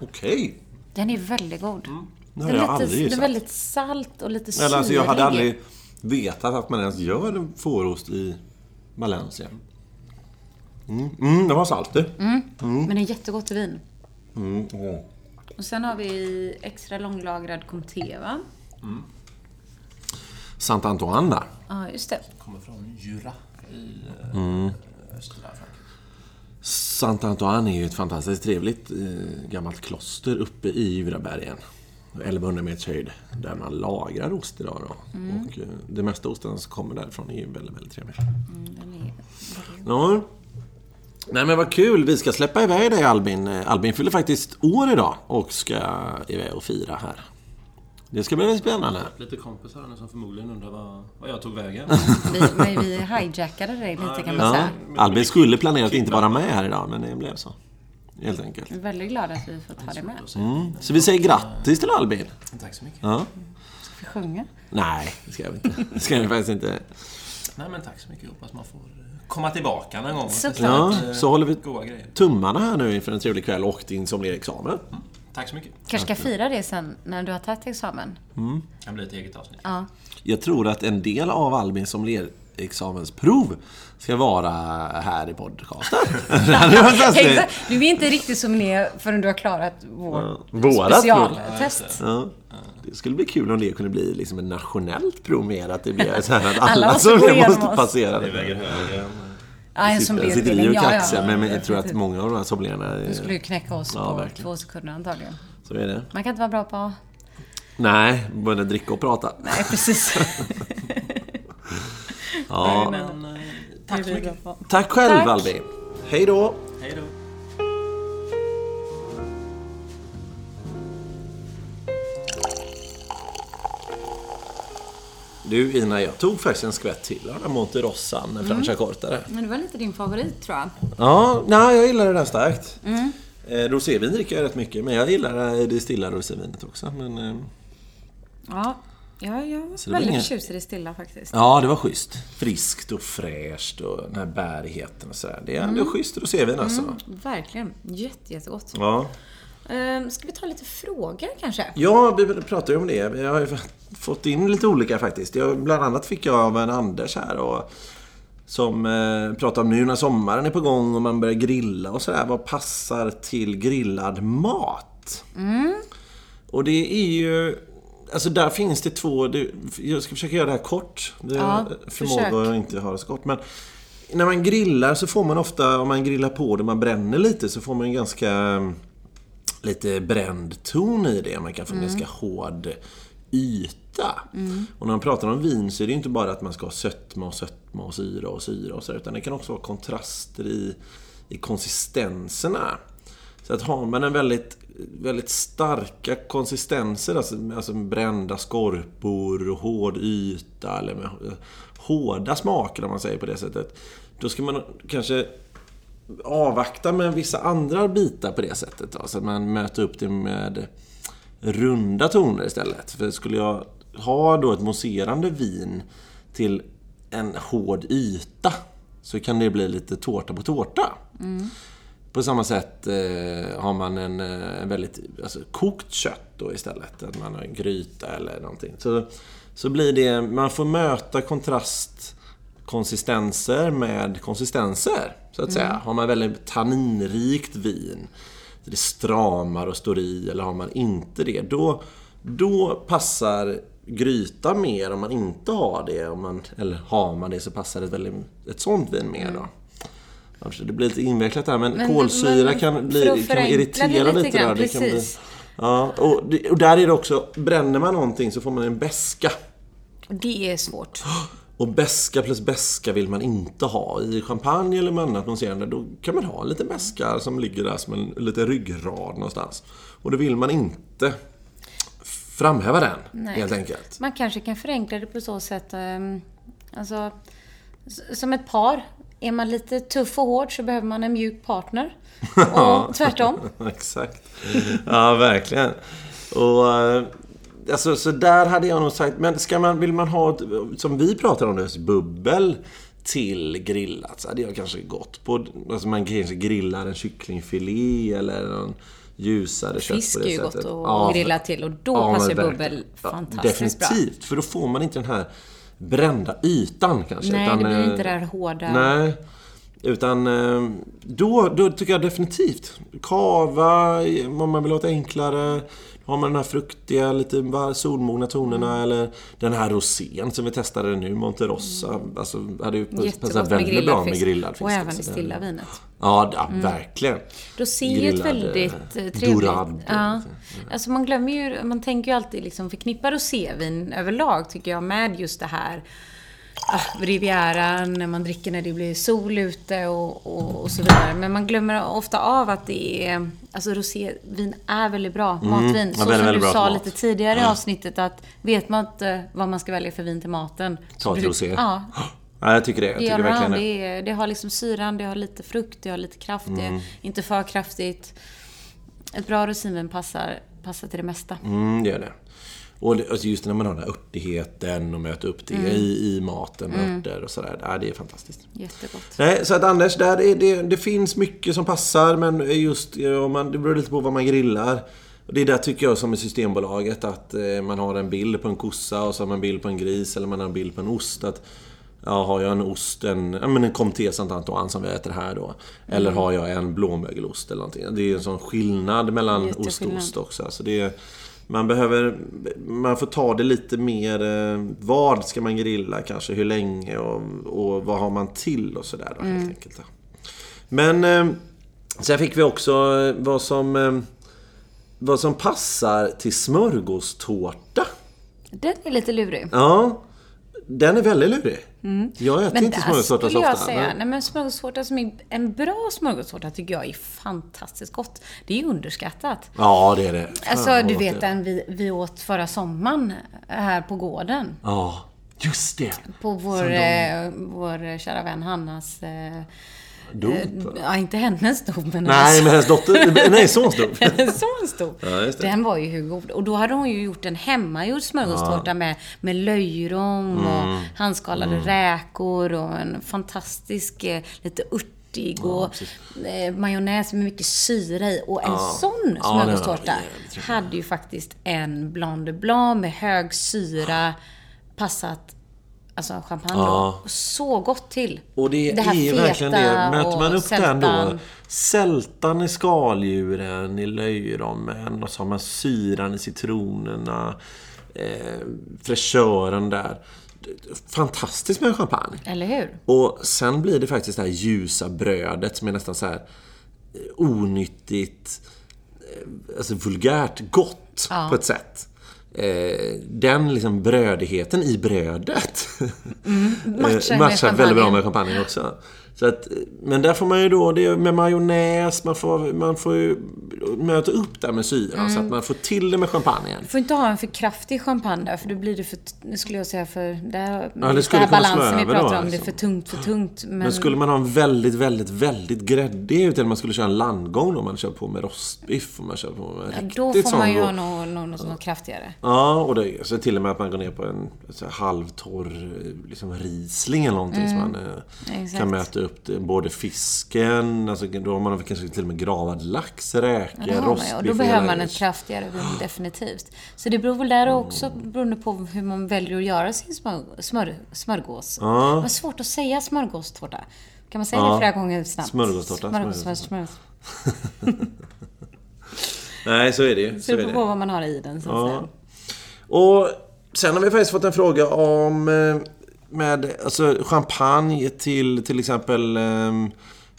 Speaker 2: Okej.
Speaker 1: Den är väldigt god.
Speaker 2: Mm. Det
Speaker 1: Den
Speaker 2: har jag
Speaker 1: är,
Speaker 2: aldrig
Speaker 1: lite, den är
Speaker 2: gissat.
Speaker 1: väldigt salt och lite syrlig.
Speaker 2: Eller alltså, jag hade aldrig vetat att man ens gör en fårost i Valencia. Mm, mm den var saltig.
Speaker 1: Men den är jättegott i vin.
Speaker 2: Mm. åh.
Speaker 1: Och sen har vi extra långlagrad Comté, va?
Speaker 2: Sant Antoine där.
Speaker 1: Ja, just det.
Speaker 3: Kommer från Jura i eh,
Speaker 2: Mm.
Speaker 3: östra Frankrike.
Speaker 2: Sant Antoine är ju ett fantastiskt trevligt eh, gammalt kloster uppe i Jurabergen. 1100 meters höjd där man lagrar ost idag. Då. Och eh, det mesta osten som kommer därifrån är ju väldigt, väldigt trevligt.
Speaker 1: Mm, Den är...
Speaker 2: Ja. Nej men vad kul, vi ska släppa iväg dig Albin. Eh, Albin fyller faktiskt år idag och ska iväg och fira här. Det ska bli väldigt spännande.
Speaker 3: Lite kompisar nu som förmodligen undrar vad, vad jag tog vägen.
Speaker 2: Mm.
Speaker 1: vi, men vi hijackade dig lite kan man
Speaker 2: Ja.
Speaker 1: säga.
Speaker 2: Albin skulle planerat att inte vara med här idag, men det blev så. Helt enkelt.
Speaker 1: Jag är väldigt glad att vi får ta det med.
Speaker 2: Mm. Så vi säger grattis till Albin.
Speaker 3: Tack så mycket.
Speaker 2: Ja.
Speaker 1: Ska vi sjunga?
Speaker 2: Nej, det ska vi inte. Det ska vi faktiskt inte.
Speaker 3: Nej men tack så mycket. Jag Hoppas man får eh, komma tillbaka någon gång. och
Speaker 1: Såklart.
Speaker 3: testa
Speaker 2: Ja,
Speaker 3: lite
Speaker 2: så håller vi
Speaker 3: Goa grejer.
Speaker 2: tummarna här nu inför en trevlig kväll och din sommelierexamen.
Speaker 3: Tack så mycket.
Speaker 1: Kanske ska fira det sen när du har tagit examen.
Speaker 3: Det kan bli ett eget avsnitt.
Speaker 1: Ja.
Speaker 2: Jag tror att en del av Albins sommelierexamensprov ska vara här i podcasten. det hade varit häftigt.
Speaker 1: Exakt. Du är inte riktigt som ni är förrän du har klarat vår
Speaker 2: Vårat prov.
Speaker 1: specialtest.
Speaker 2: Ja. Det skulle bli kul om det kunde bli liksom ett nationellt prov mer, att det blir så här att alla,
Speaker 1: Alla måste
Speaker 2: som
Speaker 1: gå
Speaker 2: måste,
Speaker 1: igenom
Speaker 2: måste
Speaker 1: oss.
Speaker 2: passera
Speaker 3: Det
Speaker 2: det.
Speaker 3: väger högre än...
Speaker 1: Ja, en sån
Speaker 2: Sitter,
Speaker 1: blir
Speaker 2: sitter vi
Speaker 1: utbildning.
Speaker 2: och
Speaker 1: Ja, ja,
Speaker 2: kaxar,
Speaker 1: ja.
Speaker 2: men men jag tror att många av de här sommelierna...
Speaker 1: Du skulle ju knäcka oss
Speaker 2: Ja,
Speaker 1: på
Speaker 2: verkligen.
Speaker 1: två sekunder antagligen.
Speaker 2: Så är det.
Speaker 1: Man kan inte vara bra på
Speaker 2: Nej, både dricka och prata.
Speaker 1: Nej, precis.
Speaker 2: Ja.
Speaker 3: Men, eh, tack så mycket.
Speaker 2: Tack själv Albin. Hej då.
Speaker 3: Hej då.
Speaker 2: Du Ina, jag tog faktiskt en skvätt till av den Monterossan, en franciacortare.
Speaker 1: Men det var lite din favorit tror jag.
Speaker 2: Ja, nej, jag gillar den starkt. Eh, rosévin dricker jag rätt mycket, men jag gillar eh, det stilla rosévinet också. Men, eh,
Speaker 1: Ja, ja jag var
Speaker 2: det var
Speaker 1: väldigt
Speaker 2: inget-
Speaker 1: förtjust i det stilla faktiskt.
Speaker 2: ja, det var schysst. Friskt och fräscht och den här bärigheten och sådär. Det är ändå schysst rosévin alltså.
Speaker 1: Mm. Verkligen. Jätte, jättegott.
Speaker 2: Ja.
Speaker 1: Ehm, ska vi ta lite frågor kanske?
Speaker 2: ja, vi pratade ju om det. Vi har ju fått in lite olika faktiskt. Jag, bland annat fick jag av en Anders här och, som eh, pratar om nu när sommaren är på gång och man börjar grilla och sådär. Vad passar till grillad mat? Och det är ju... Alltså där finns det två... det- Jag ska försöka göra det här kort. Det är
Speaker 1: Ja, försök.
Speaker 2: förmåga att inte ha det så kort. Men när man grillar så får man ofta, om man grillar på det, man bränner lite, så får man en ganska eh, lite bränd ton i det. Man kan få en
Speaker 1: Mm.
Speaker 2: ganska hård yta. Och när man pratar om vin så är det ju inte bara att man ska ha sötma och sötma och syra och syra och så utan det kan också vara kontraster i, i konsistenserna. Så att har man en väldigt, väldigt starka konsistenser, alltså, alltså brända skorpor och hård yta, eller med hårda smaker om man säger på det sättet. Då ska man kanske avvakta med vissa andra bitar på det sättet. Då, så att man möter upp det med runda toner istället. För skulle jag ha då ett mousserande vin till en hård yta så kan det bli lite tårta på tårta. På samma sätt eh, har man en, eh, en väldigt alltså, kokt kött då istället. Att man har en gryta eller någonting. Så, så blir det, man får möta kontrast konsistenser med konsistenser. Så att säga. Har man väldigt tanninrikt vin, så det stramar och står i, eller har man inte det, då, då passar gryta mer om man inte har det. Om man, eller har man det så passar ett, väldigt, ett sånt vin mer då. Kanske Det blir lite invecklat där men, kolsyra
Speaker 1: men
Speaker 2: kan,
Speaker 1: för att
Speaker 2: bli, kan
Speaker 1: förenkla
Speaker 2: irritera
Speaker 1: det
Speaker 2: lite,
Speaker 1: lite grann,
Speaker 2: där. Det kan bli,
Speaker 1: precis.
Speaker 2: ja, och, det- och där är det också, bränner man någonting så får man en beska
Speaker 1: Det är svårt.
Speaker 2: och beska plus beska vill man inte ha. I champagne eller med annat mousserande, då kan man ha lite beska som ligger där som en lite ryggrad någonstans. Och då vill man inte framhäva den, helt enkelt.
Speaker 1: Man kanske kan förenkla det på så sätt, ehm, alltså, s- som ett par. Är man lite tuff och hård så behöver man en mjuk partner. Och tvärtom.
Speaker 2: Exakt. Ja, verkligen. Och, eh, alltså, så där hade jag nog sagt, men ska man, vill man ha, ett, som vi pratar om nu, bubbel till grillat, så hade jag kanske gått på, alltså man kanske grillar en kycklingfilé eller någon ljusare kött
Speaker 1: Fisk
Speaker 2: på
Speaker 1: är
Speaker 2: det
Speaker 1: ju gott
Speaker 2: sättet.
Speaker 1: att
Speaker 2: Ja,
Speaker 1: grilla till och då
Speaker 2: men
Speaker 1: passar ju
Speaker 2: verkligen.
Speaker 1: bubbel
Speaker 2: Ja,
Speaker 1: fantastiskt bra.
Speaker 2: Definitivt, för då får man inte den här brända ytan kanske.
Speaker 1: Nej, det blir
Speaker 2: eh,
Speaker 1: inte det här hårda.
Speaker 2: Nej. Utan eh, då, då tycker jag definitivt Kava, eh, om man vill ha ett enklare. Då har man den här fruktiga, lite var- solmogna tonerna.
Speaker 1: Mm.
Speaker 2: Eller den här rosén som vi testade nu, Monterossa. Alltså, hade ju passat
Speaker 1: Jättegott Mm. med
Speaker 2: väldigt bra
Speaker 1: grillad
Speaker 2: med
Speaker 1: fisk.
Speaker 2: grillad fisk.
Speaker 1: och även det
Speaker 2: också.
Speaker 1: stilla vinet.
Speaker 2: Ja, ja verkligen.
Speaker 1: Roséet
Speaker 2: Grillad,
Speaker 1: är väldigt eh, trevligt.
Speaker 2: dorad. liksom. Mm.
Speaker 1: Ja. Alltså man glömmer ju, man tänker ju alltid liksom förknippa rosévin överlag tycker jag med just det här ah, Rivieran, när man dricker när det blir sol ute och, och, och så vidare. Men man glömmer ofta av att det är, alltså rosévin är väldigt bra matvin. Så
Speaker 2: Mm. väldigt,
Speaker 1: som
Speaker 2: väldigt
Speaker 1: du
Speaker 2: bra
Speaker 1: sa
Speaker 2: till mat. Mm.
Speaker 1: lite tidigare i avsnittet att vet man inte vad man ska välja för vin till maten. så
Speaker 2: Ta ett
Speaker 1: bruk-
Speaker 2: rosé.
Speaker 1: Ja,
Speaker 2: Ja, jag tycker det. Jag
Speaker 1: det,
Speaker 2: tycker
Speaker 1: är
Speaker 2: verkligen
Speaker 1: allround.
Speaker 2: det.
Speaker 1: det, är, det har liksom syran, det har lite frukt, det har lite kraft, det
Speaker 2: Mm.
Speaker 1: är inte för kraftigt. Ett bra rosinvin passar, passar till det mesta.
Speaker 2: Mm, det gör det. Och det, alltså just när man har den här örtigheten och möter upp det
Speaker 1: Mm.
Speaker 2: i, i maten med örter och sådär. Ja, det är fantastiskt.
Speaker 1: Jättegott.
Speaker 2: Nej, så att Anders, där är det, det finns mycket som passar men just eh, om man, det beror lite på vad man grillar. Och Det är där tycker jag som i Systembolaget att eh, man har en bild på en kossa och så har man en bild på en gris eller man har en bild på en ost. Att, ja, har jag en ost, en, ja, men en Comté Sant Antoine som vi äter här då. Eller har jag en blåmögelost eller någonting. Det är en sån skillnad mellan ost och
Speaker 1: Jätteskillnad.
Speaker 2: ost också. Alltså det är, man behöver, man får ta det lite mer, eh, vad ska man grilla kanske, hur länge och, och vad har man till och sådär då
Speaker 1: Mm.
Speaker 2: helt enkelt. då. Men eh, sen fick vi också eh, vad som eh, vad som passar till smörgåstårta.
Speaker 1: Den är lite lurig.
Speaker 2: Ja, den är väldigt lurig. Jag äter
Speaker 1: Mm. Men
Speaker 2: inte
Speaker 1: där
Speaker 2: smörgåstårta så
Speaker 1: skulle jag
Speaker 2: ofta.
Speaker 1: säga,
Speaker 2: men-
Speaker 1: nej men smörgåstårta som är, en bra smörgåstårta tycker jag är fantastiskt gott. Det är underskattat.
Speaker 2: Ja, det är det. Fan,
Speaker 1: Alltså
Speaker 2: vad
Speaker 1: du
Speaker 2: gott
Speaker 1: vet
Speaker 2: det är.
Speaker 1: den vi, vi åt förra sommaren här på gården.
Speaker 2: Ja, just det.
Speaker 1: På vår, eh, vår kära vän Hannas... Eh,
Speaker 2: Dop.
Speaker 1: ja, inte hennes dop men
Speaker 2: Nej, men hennes dotter... Nej, sons dop.
Speaker 1: hennes sons dop.
Speaker 2: Ja, just det.
Speaker 1: den var ju hur god. Och då hade hon ju gjort en hemmagjord smörgåstårta med, med löjrom
Speaker 2: Mm.
Speaker 1: och handskalade räkor och en fantastisk, eh, lite örtig och eh, majonnäs med mycket syra i. Och en sån
Speaker 2: Ja, den var
Speaker 1: smörgåstårta
Speaker 2: jävligt trevlig.
Speaker 1: hade ju faktiskt en Blanc de Blanc med hög syra passat Alltså champagne
Speaker 2: Ja.
Speaker 1: då. Och Så gott till.
Speaker 2: Och det,
Speaker 1: här
Speaker 2: är ju verkligen det.
Speaker 1: feta
Speaker 2: Möter man
Speaker 1: och
Speaker 2: upp den då.
Speaker 1: sältan.
Speaker 2: Sältan i skaldjuren, i löjrommen och så har man syran i citronerna. Eh, fräschören där. Fantastiskt med champagne.
Speaker 1: Eller hur?
Speaker 2: Och sen blir det faktiskt det här ljusa brödet som är nästan så här eh, onyttigt, eh, alltså vulgärt gott på ett sätt. Eh, Den liksom brödigheten i brödet eh,
Speaker 1: Mm, matchar med
Speaker 2: matchar väldigt bra
Speaker 1: champagnen.
Speaker 2: med champagnen också. Så att, eh, men där får man ju då, det är med majonnäs, man får, man får ju möta upp det med syran
Speaker 1: Mm.
Speaker 2: så att man får till det med champagnen.
Speaker 1: Du får inte ha en för kraftig champagne där, för då blir det för, nu skulle jag säga för, där,
Speaker 2: det skulle
Speaker 1: den här
Speaker 2: kunna slå
Speaker 1: balansen vi
Speaker 2: över
Speaker 1: pratar
Speaker 2: då,
Speaker 1: om, det är
Speaker 2: liksom.
Speaker 1: för tungt, för tungt. Men,
Speaker 2: Men skulle man ha en väldigt, väldigt, väldigt gräddig ut eller man skulle köra en landgång då, man kör på med rostbiff och man kör på med
Speaker 1: ja,
Speaker 2: riktigt
Speaker 1: då får man ju
Speaker 2: sån
Speaker 1: ha
Speaker 2: rå-
Speaker 1: något, något, något, något kraftigare.
Speaker 2: Ja, och det, så till och med att man går ner på en så här, halvtorr eh, liksom, risling eller någonting som man eh,
Speaker 1: Mm, exakt.
Speaker 2: kan möta upp det, både fisken, alltså, då har man kanske till och med gravad lax, räkor,
Speaker 1: Ja, det har man ju.
Speaker 2: rostbiff.
Speaker 1: Och då
Speaker 2: och
Speaker 1: behöver
Speaker 2: hela
Speaker 1: man ett
Speaker 2: grejen.
Speaker 1: kraftigare vin, definitivt. Så det beror väl där
Speaker 2: Mm.
Speaker 1: också, beroende på hur man väljer att göra sin smör, smör, smörgås. Det var svårt att säga smörgåstårta. Kan man säga
Speaker 2: Ja.
Speaker 1: det flera gånger snabbt?
Speaker 2: Smörgåstårta,
Speaker 1: Smörgås,
Speaker 2: smörgåstårta.
Speaker 1: smörgås, smörgås.
Speaker 2: Nej, så är det ju.
Speaker 1: Så det
Speaker 2: Så är
Speaker 1: beror
Speaker 2: det.
Speaker 1: på vad man har i den, så att säga.
Speaker 2: Ja. Och sen har vi faktiskt fått en fråga om eh, med alltså champagne till till exempel ehm,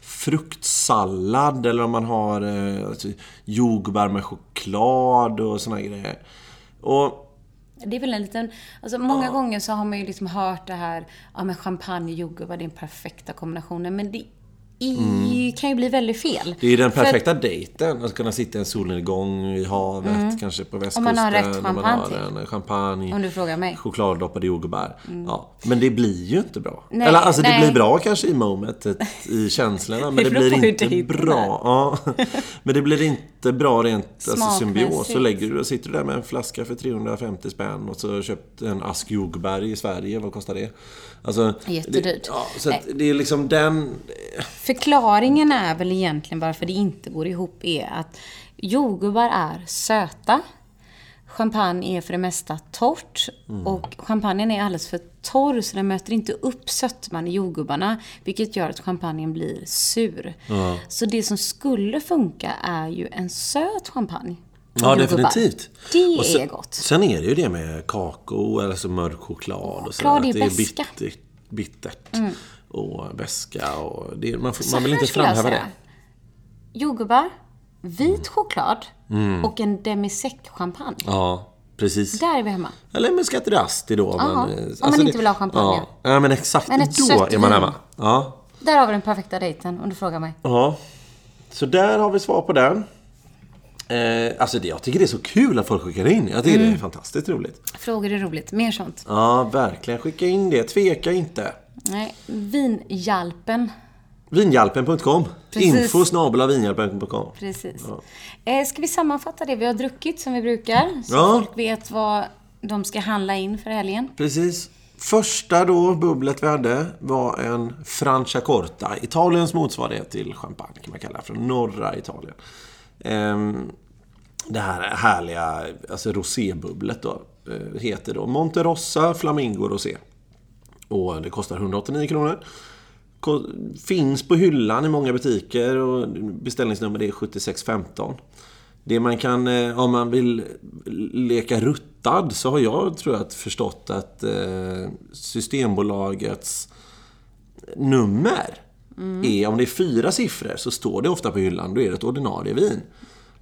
Speaker 2: fruktsallad eller om man har eh, alltså, jordgubbar med choklad och såna grejer. Och
Speaker 1: Det är väl en liten... Alltså många gånger så har man ju liksom hört det här, ja men champagne och jordgubbar, det är den perfekta kombinationen. Men det är, kan ju bli väldigt fel.
Speaker 2: Mm. det är ju den
Speaker 1: För att
Speaker 2: perfekta dejten. Att kunna sitta i en solnedgång i havet, kanske på västkusten.
Speaker 1: Mm. man har rätt
Speaker 2: och
Speaker 1: champagne
Speaker 2: har
Speaker 1: till.
Speaker 2: en champagne.
Speaker 1: Om du frågar mig. Mm.
Speaker 2: Chokladdoppade jordgubbar. Ja. Men det blir ju inte bra.
Speaker 1: Nej,
Speaker 2: Eller alltså det
Speaker 1: nej.
Speaker 2: blir bra kanske i momentet, i känslorna. Men det,
Speaker 1: Det beror
Speaker 2: blir
Speaker 1: på hur
Speaker 2: inte
Speaker 1: dejten
Speaker 2: bra. Ja. Men det blir inte bra rent alltså, symbios. Så
Speaker 1: Smakmässigt.
Speaker 2: lägger du, sitter du där med en flaska för 350 spänn och så har du köpt en ask jordgubbar i Sverige. Vad kostar det? Alltså,
Speaker 1: Jättedyrt.
Speaker 2: Det, ja, så att det är liksom den...
Speaker 1: Förklaringen är väl egentligen varför det inte går ihop är att jordgubbar är söta. Champagne är för det mesta torrt
Speaker 2: Mm.
Speaker 1: och champagnen är alldeles för torr så den möter inte upp sötman i jordgubbarna vilket gör att champagnen blir sur. Så det som skulle funka är ju en söt champagne. med
Speaker 2: Ja,
Speaker 1: jordgubbar.
Speaker 2: definitivt.
Speaker 1: Det
Speaker 2: Och sen,
Speaker 1: är gott.
Speaker 2: Sen är det ju det med kakao, eller så mörk choklad och
Speaker 1: Choklad
Speaker 2: sådär. Att
Speaker 1: är
Speaker 2: det är
Speaker 1: beska. Mm.
Speaker 2: bittert, bittert och beska och det, man, får,
Speaker 1: Så
Speaker 2: man vill
Speaker 1: här
Speaker 2: inte
Speaker 1: skulle jag
Speaker 2: framhäva det.
Speaker 1: säga. Jordgubbar, vit choklad
Speaker 2: Mm.
Speaker 1: och en demi-sec-champagne.
Speaker 2: Ja, precis.
Speaker 1: Där är vi hemma.
Speaker 2: Eller med Skaterasti då. eh,
Speaker 1: Ja, om man inte vill ha champagne.
Speaker 2: alltså Ja, ja men exakt.
Speaker 1: Men ett
Speaker 2: då
Speaker 1: sött
Speaker 2: är man
Speaker 1: vin.
Speaker 2: hemma. Ja,
Speaker 1: Där har vi den perfekta dejten om du frågar mig.
Speaker 2: Ja. Så där har vi svar på den. Eh, alltså det, jag tycker det är så kul att folk skickar in. Jag tycker
Speaker 1: Mm.
Speaker 2: det är fantastiskt roligt.
Speaker 1: Frågor är roligt, mer sånt.
Speaker 2: Ja, verkligen. Skicka in det. Tveka inte.
Speaker 1: Nej, vinhjälpen.
Speaker 2: Vinhjälpen.com.
Speaker 1: Precis.
Speaker 2: Info snabel vinhjälpen.com.
Speaker 1: Precis. Eh, ska vi sammanfatta det vi har druckit som vi brukar? Så
Speaker 2: Ja.
Speaker 1: folk vet vad de ska handla in för helgen.
Speaker 2: Precis. Första då bubblet vi hade var en Franciacorta. Italiens motsvarighet till champagne kan man kalla det. Från norra Italien. Ehm, det här härliga alltså rosébubblet då. eh, Heter då Monterossa Flamingo Rosé. Och det kostar 189 kronor. Ko- Finns på hyllan i många butiker och beställningsnummer är 7615. Det man kan, eh, om man vill leka ruttad, så har jag tror jag att förstått att eh, Systembolagets nummer är, om det är fyra siffror så står det ofta på hyllan, då är det ett ordinarie vin.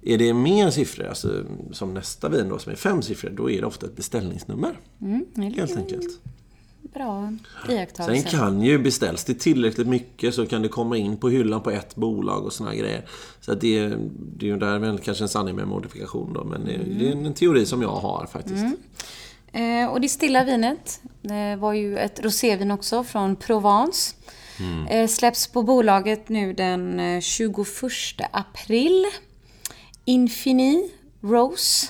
Speaker 2: Är det mer siffror, alltså, som nästa vin då, som är fem siffror, då är det ofta ett beställningsnummer. Helt enkelt.
Speaker 1: Bra
Speaker 2: Sen
Speaker 1: iakttagelse.
Speaker 2: kan ju, beställs det tillräckligt mycket så kan det komma in på hyllan på ett bolag och såna här grejer. Så att det, det är ju där väl kanske en sanning med modifikation då, men det,
Speaker 1: Mm.
Speaker 2: det är en teori som jag har faktiskt.
Speaker 1: Eh, och det stilla vinet eh, var ju ett rosévin också från Provence.
Speaker 2: Mm.
Speaker 1: Eh, släpps på bolaget nu den eh, 21 april. Infini Rose.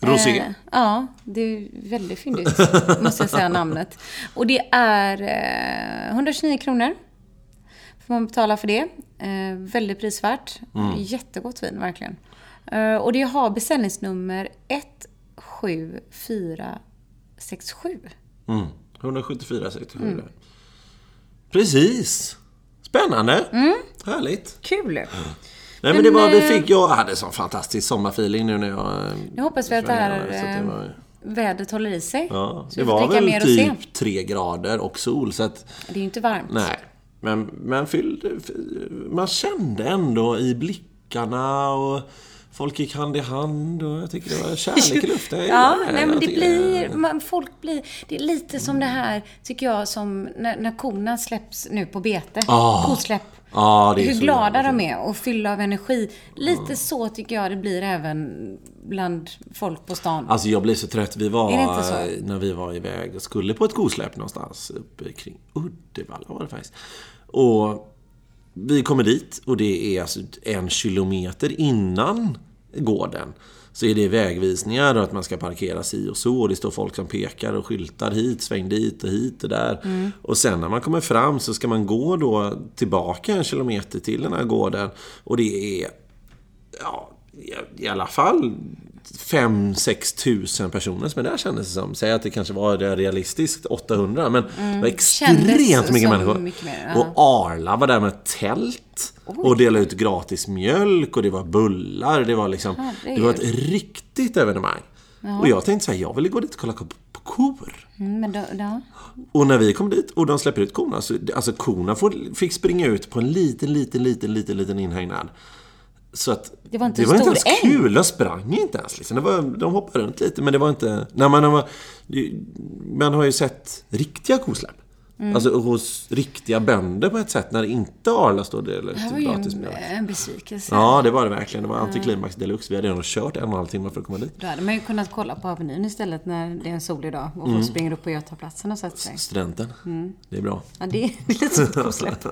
Speaker 2: Rosé.
Speaker 1: Eh, ja, det är väldigt fyndigt, måste jag säga namnet. Och det är eh, 129 kronor. Får man betala för det. Eh, väldigt prisvärt.
Speaker 2: Mm.
Speaker 1: Jättegott vin, verkligen. Eh, och det har beställningsnummer 17467.
Speaker 2: Mm. 174 sektorer.
Speaker 1: Mm.
Speaker 2: Precis! Spännande!
Speaker 1: Mm.
Speaker 2: Härligt!
Speaker 1: Kul!
Speaker 2: Nej men det var,
Speaker 1: eh,
Speaker 2: vi fick, jag hade sån fantastisk sommarfeeling nu när jag... eh,
Speaker 1: Nu hoppas vi att det här
Speaker 2: Så att det var-
Speaker 1: eh, vädret håller i sig.
Speaker 2: Ja,
Speaker 1: Så
Speaker 2: det
Speaker 1: vi får
Speaker 2: var
Speaker 1: dricka mer
Speaker 2: väl
Speaker 1: och se.
Speaker 2: typ tre grader och sol så att...
Speaker 1: Det är ju inte varmt.
Speaker 2: Nej. Men, men fylld, man kände ändå i blickarna och folk gick hand i hand och jag tycker det var kärlek i luften. Jag
Speaker 1: Ja,
Speaker 2: gillar
Speaker 1: nej, men
Speaker 2: Jag
Speaker 1: det
Speaker 2: tycker-
Speaker 1: blir, man, folk blir, det är lite som det här, tycker jag, som när, när korna släpps nu på bete.
Speaker 2: Ah.
Speaker 1: Kosläpp.
Speaker 2: Ja, det är
Speaker 1: Hur
Speaker 2: så
Speaker 1: glada
Speaker 2: jävla Mm.
Speaker 1: de är och fyllda av energi. Lite så tycker jag det blir även bland folk på stan.
Speaker 2: Alltså jag blev så trött. Vi var,
Speaker 1: Är
Speaker 2: eh,
Speaker 1: det inte så?
Speaker 2: när vi var iväg och skulle på ett kosläpp någonstans uppe kring Uddevalla var det faktiskt. Och vi kommer dit och det är alltså en kilometer innan gården. Så är det vägvisningar och att man ska parkera si och så. Och det står folk som pekar och skyltar hit, sväng dit och hit och där.
Speaker 1: Mm.
Speaker 2: Och sen när man kommer fram så ska man gå då tillbaka en kilometer till den här gården. Och det är ja, i- i alla fall 5-6 tusen personer som är där kändes det som. Säg att det kanske var det realistiskt 800 men det var extremt
Speaker 1: Mm, Kändes
Speaker 2: mycket
Speaker 1: som
Speaker 2: människor.
Speaker 1: mycket mer, ja.
Speaker 2: och Arla var där med tält och delade ut gratis mjölk och det var bullar. Det var liksom, det
Speaker 1: Herregud.
Speaker 2: var ett riktigt evenemang. Och jag tänkte så här, jag ville gå dit och kolla på på kor.
Speaker 1: Mm, men då, ja.
Speaker 2: Och när vi kom dit och de släpper ut korna, så, alltså korna får, fick springa ut på en liten, liten, liten, liten, liten inhägnad. Så att
Speaker 1: Det var inte
Speaker 2: det
Speaker 1: en
Speaker 2: var inte
Speaker 1: stor
Speaker 2: ens
Speaker 1: äng.
Speaker 2: kul, de sprang inte ens. Liksom. Det var, de hoppade runt lite, men det var inte... Nej, man, man, man har ju sett riktiga kosläpp.
Speaker 1: Mm.
Speaker 2: Alltså hos riktiga bönder på ett sätt, när inte Arla står och delar
Speaker 1: Det här var
Speaker 2: ut
Speaker 1: ju
Speaker 2: Alltså, gratis
Speaker 1: en,
Speaker 2: mjölk.
Speaker 1: en besvikelse.
Speaker 2: typ Ja, det var det verkligen. Det var antiklimax deluxe. Vi hade redan kört en och en halv timme för att komma dit.
Speaker 1: Då hade man ju kunnat kolla på Avenyn istället när det är en solig dag och folk
Speaker 2: Mm.
Speaker 1: springer upp på Götaplatsen och sätter sig.
Speaker 2: Studenten.
Speaker 1: Mm.
Speaker 2: Det är bra.
Speaker 1: Ja, det är det är lite som ett kosläpp.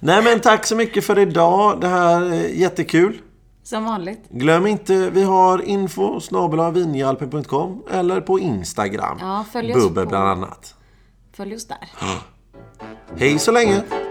Speaker 2: Nej men tack så mycket för idag. Det här är jättekul.
Speaker 1: Som vanligt.
Speaker 2: Glöm inte, vi har info snabel-a vinhjälpen.com eller på Instagram.
Speaker 1: Ja, följ oss
Speaker 2: Bubbel
Speaker 1: på-
Speaker 2: bland annat.
Speaker 1: Följ oss där.
Speaker 2: Hej så länge!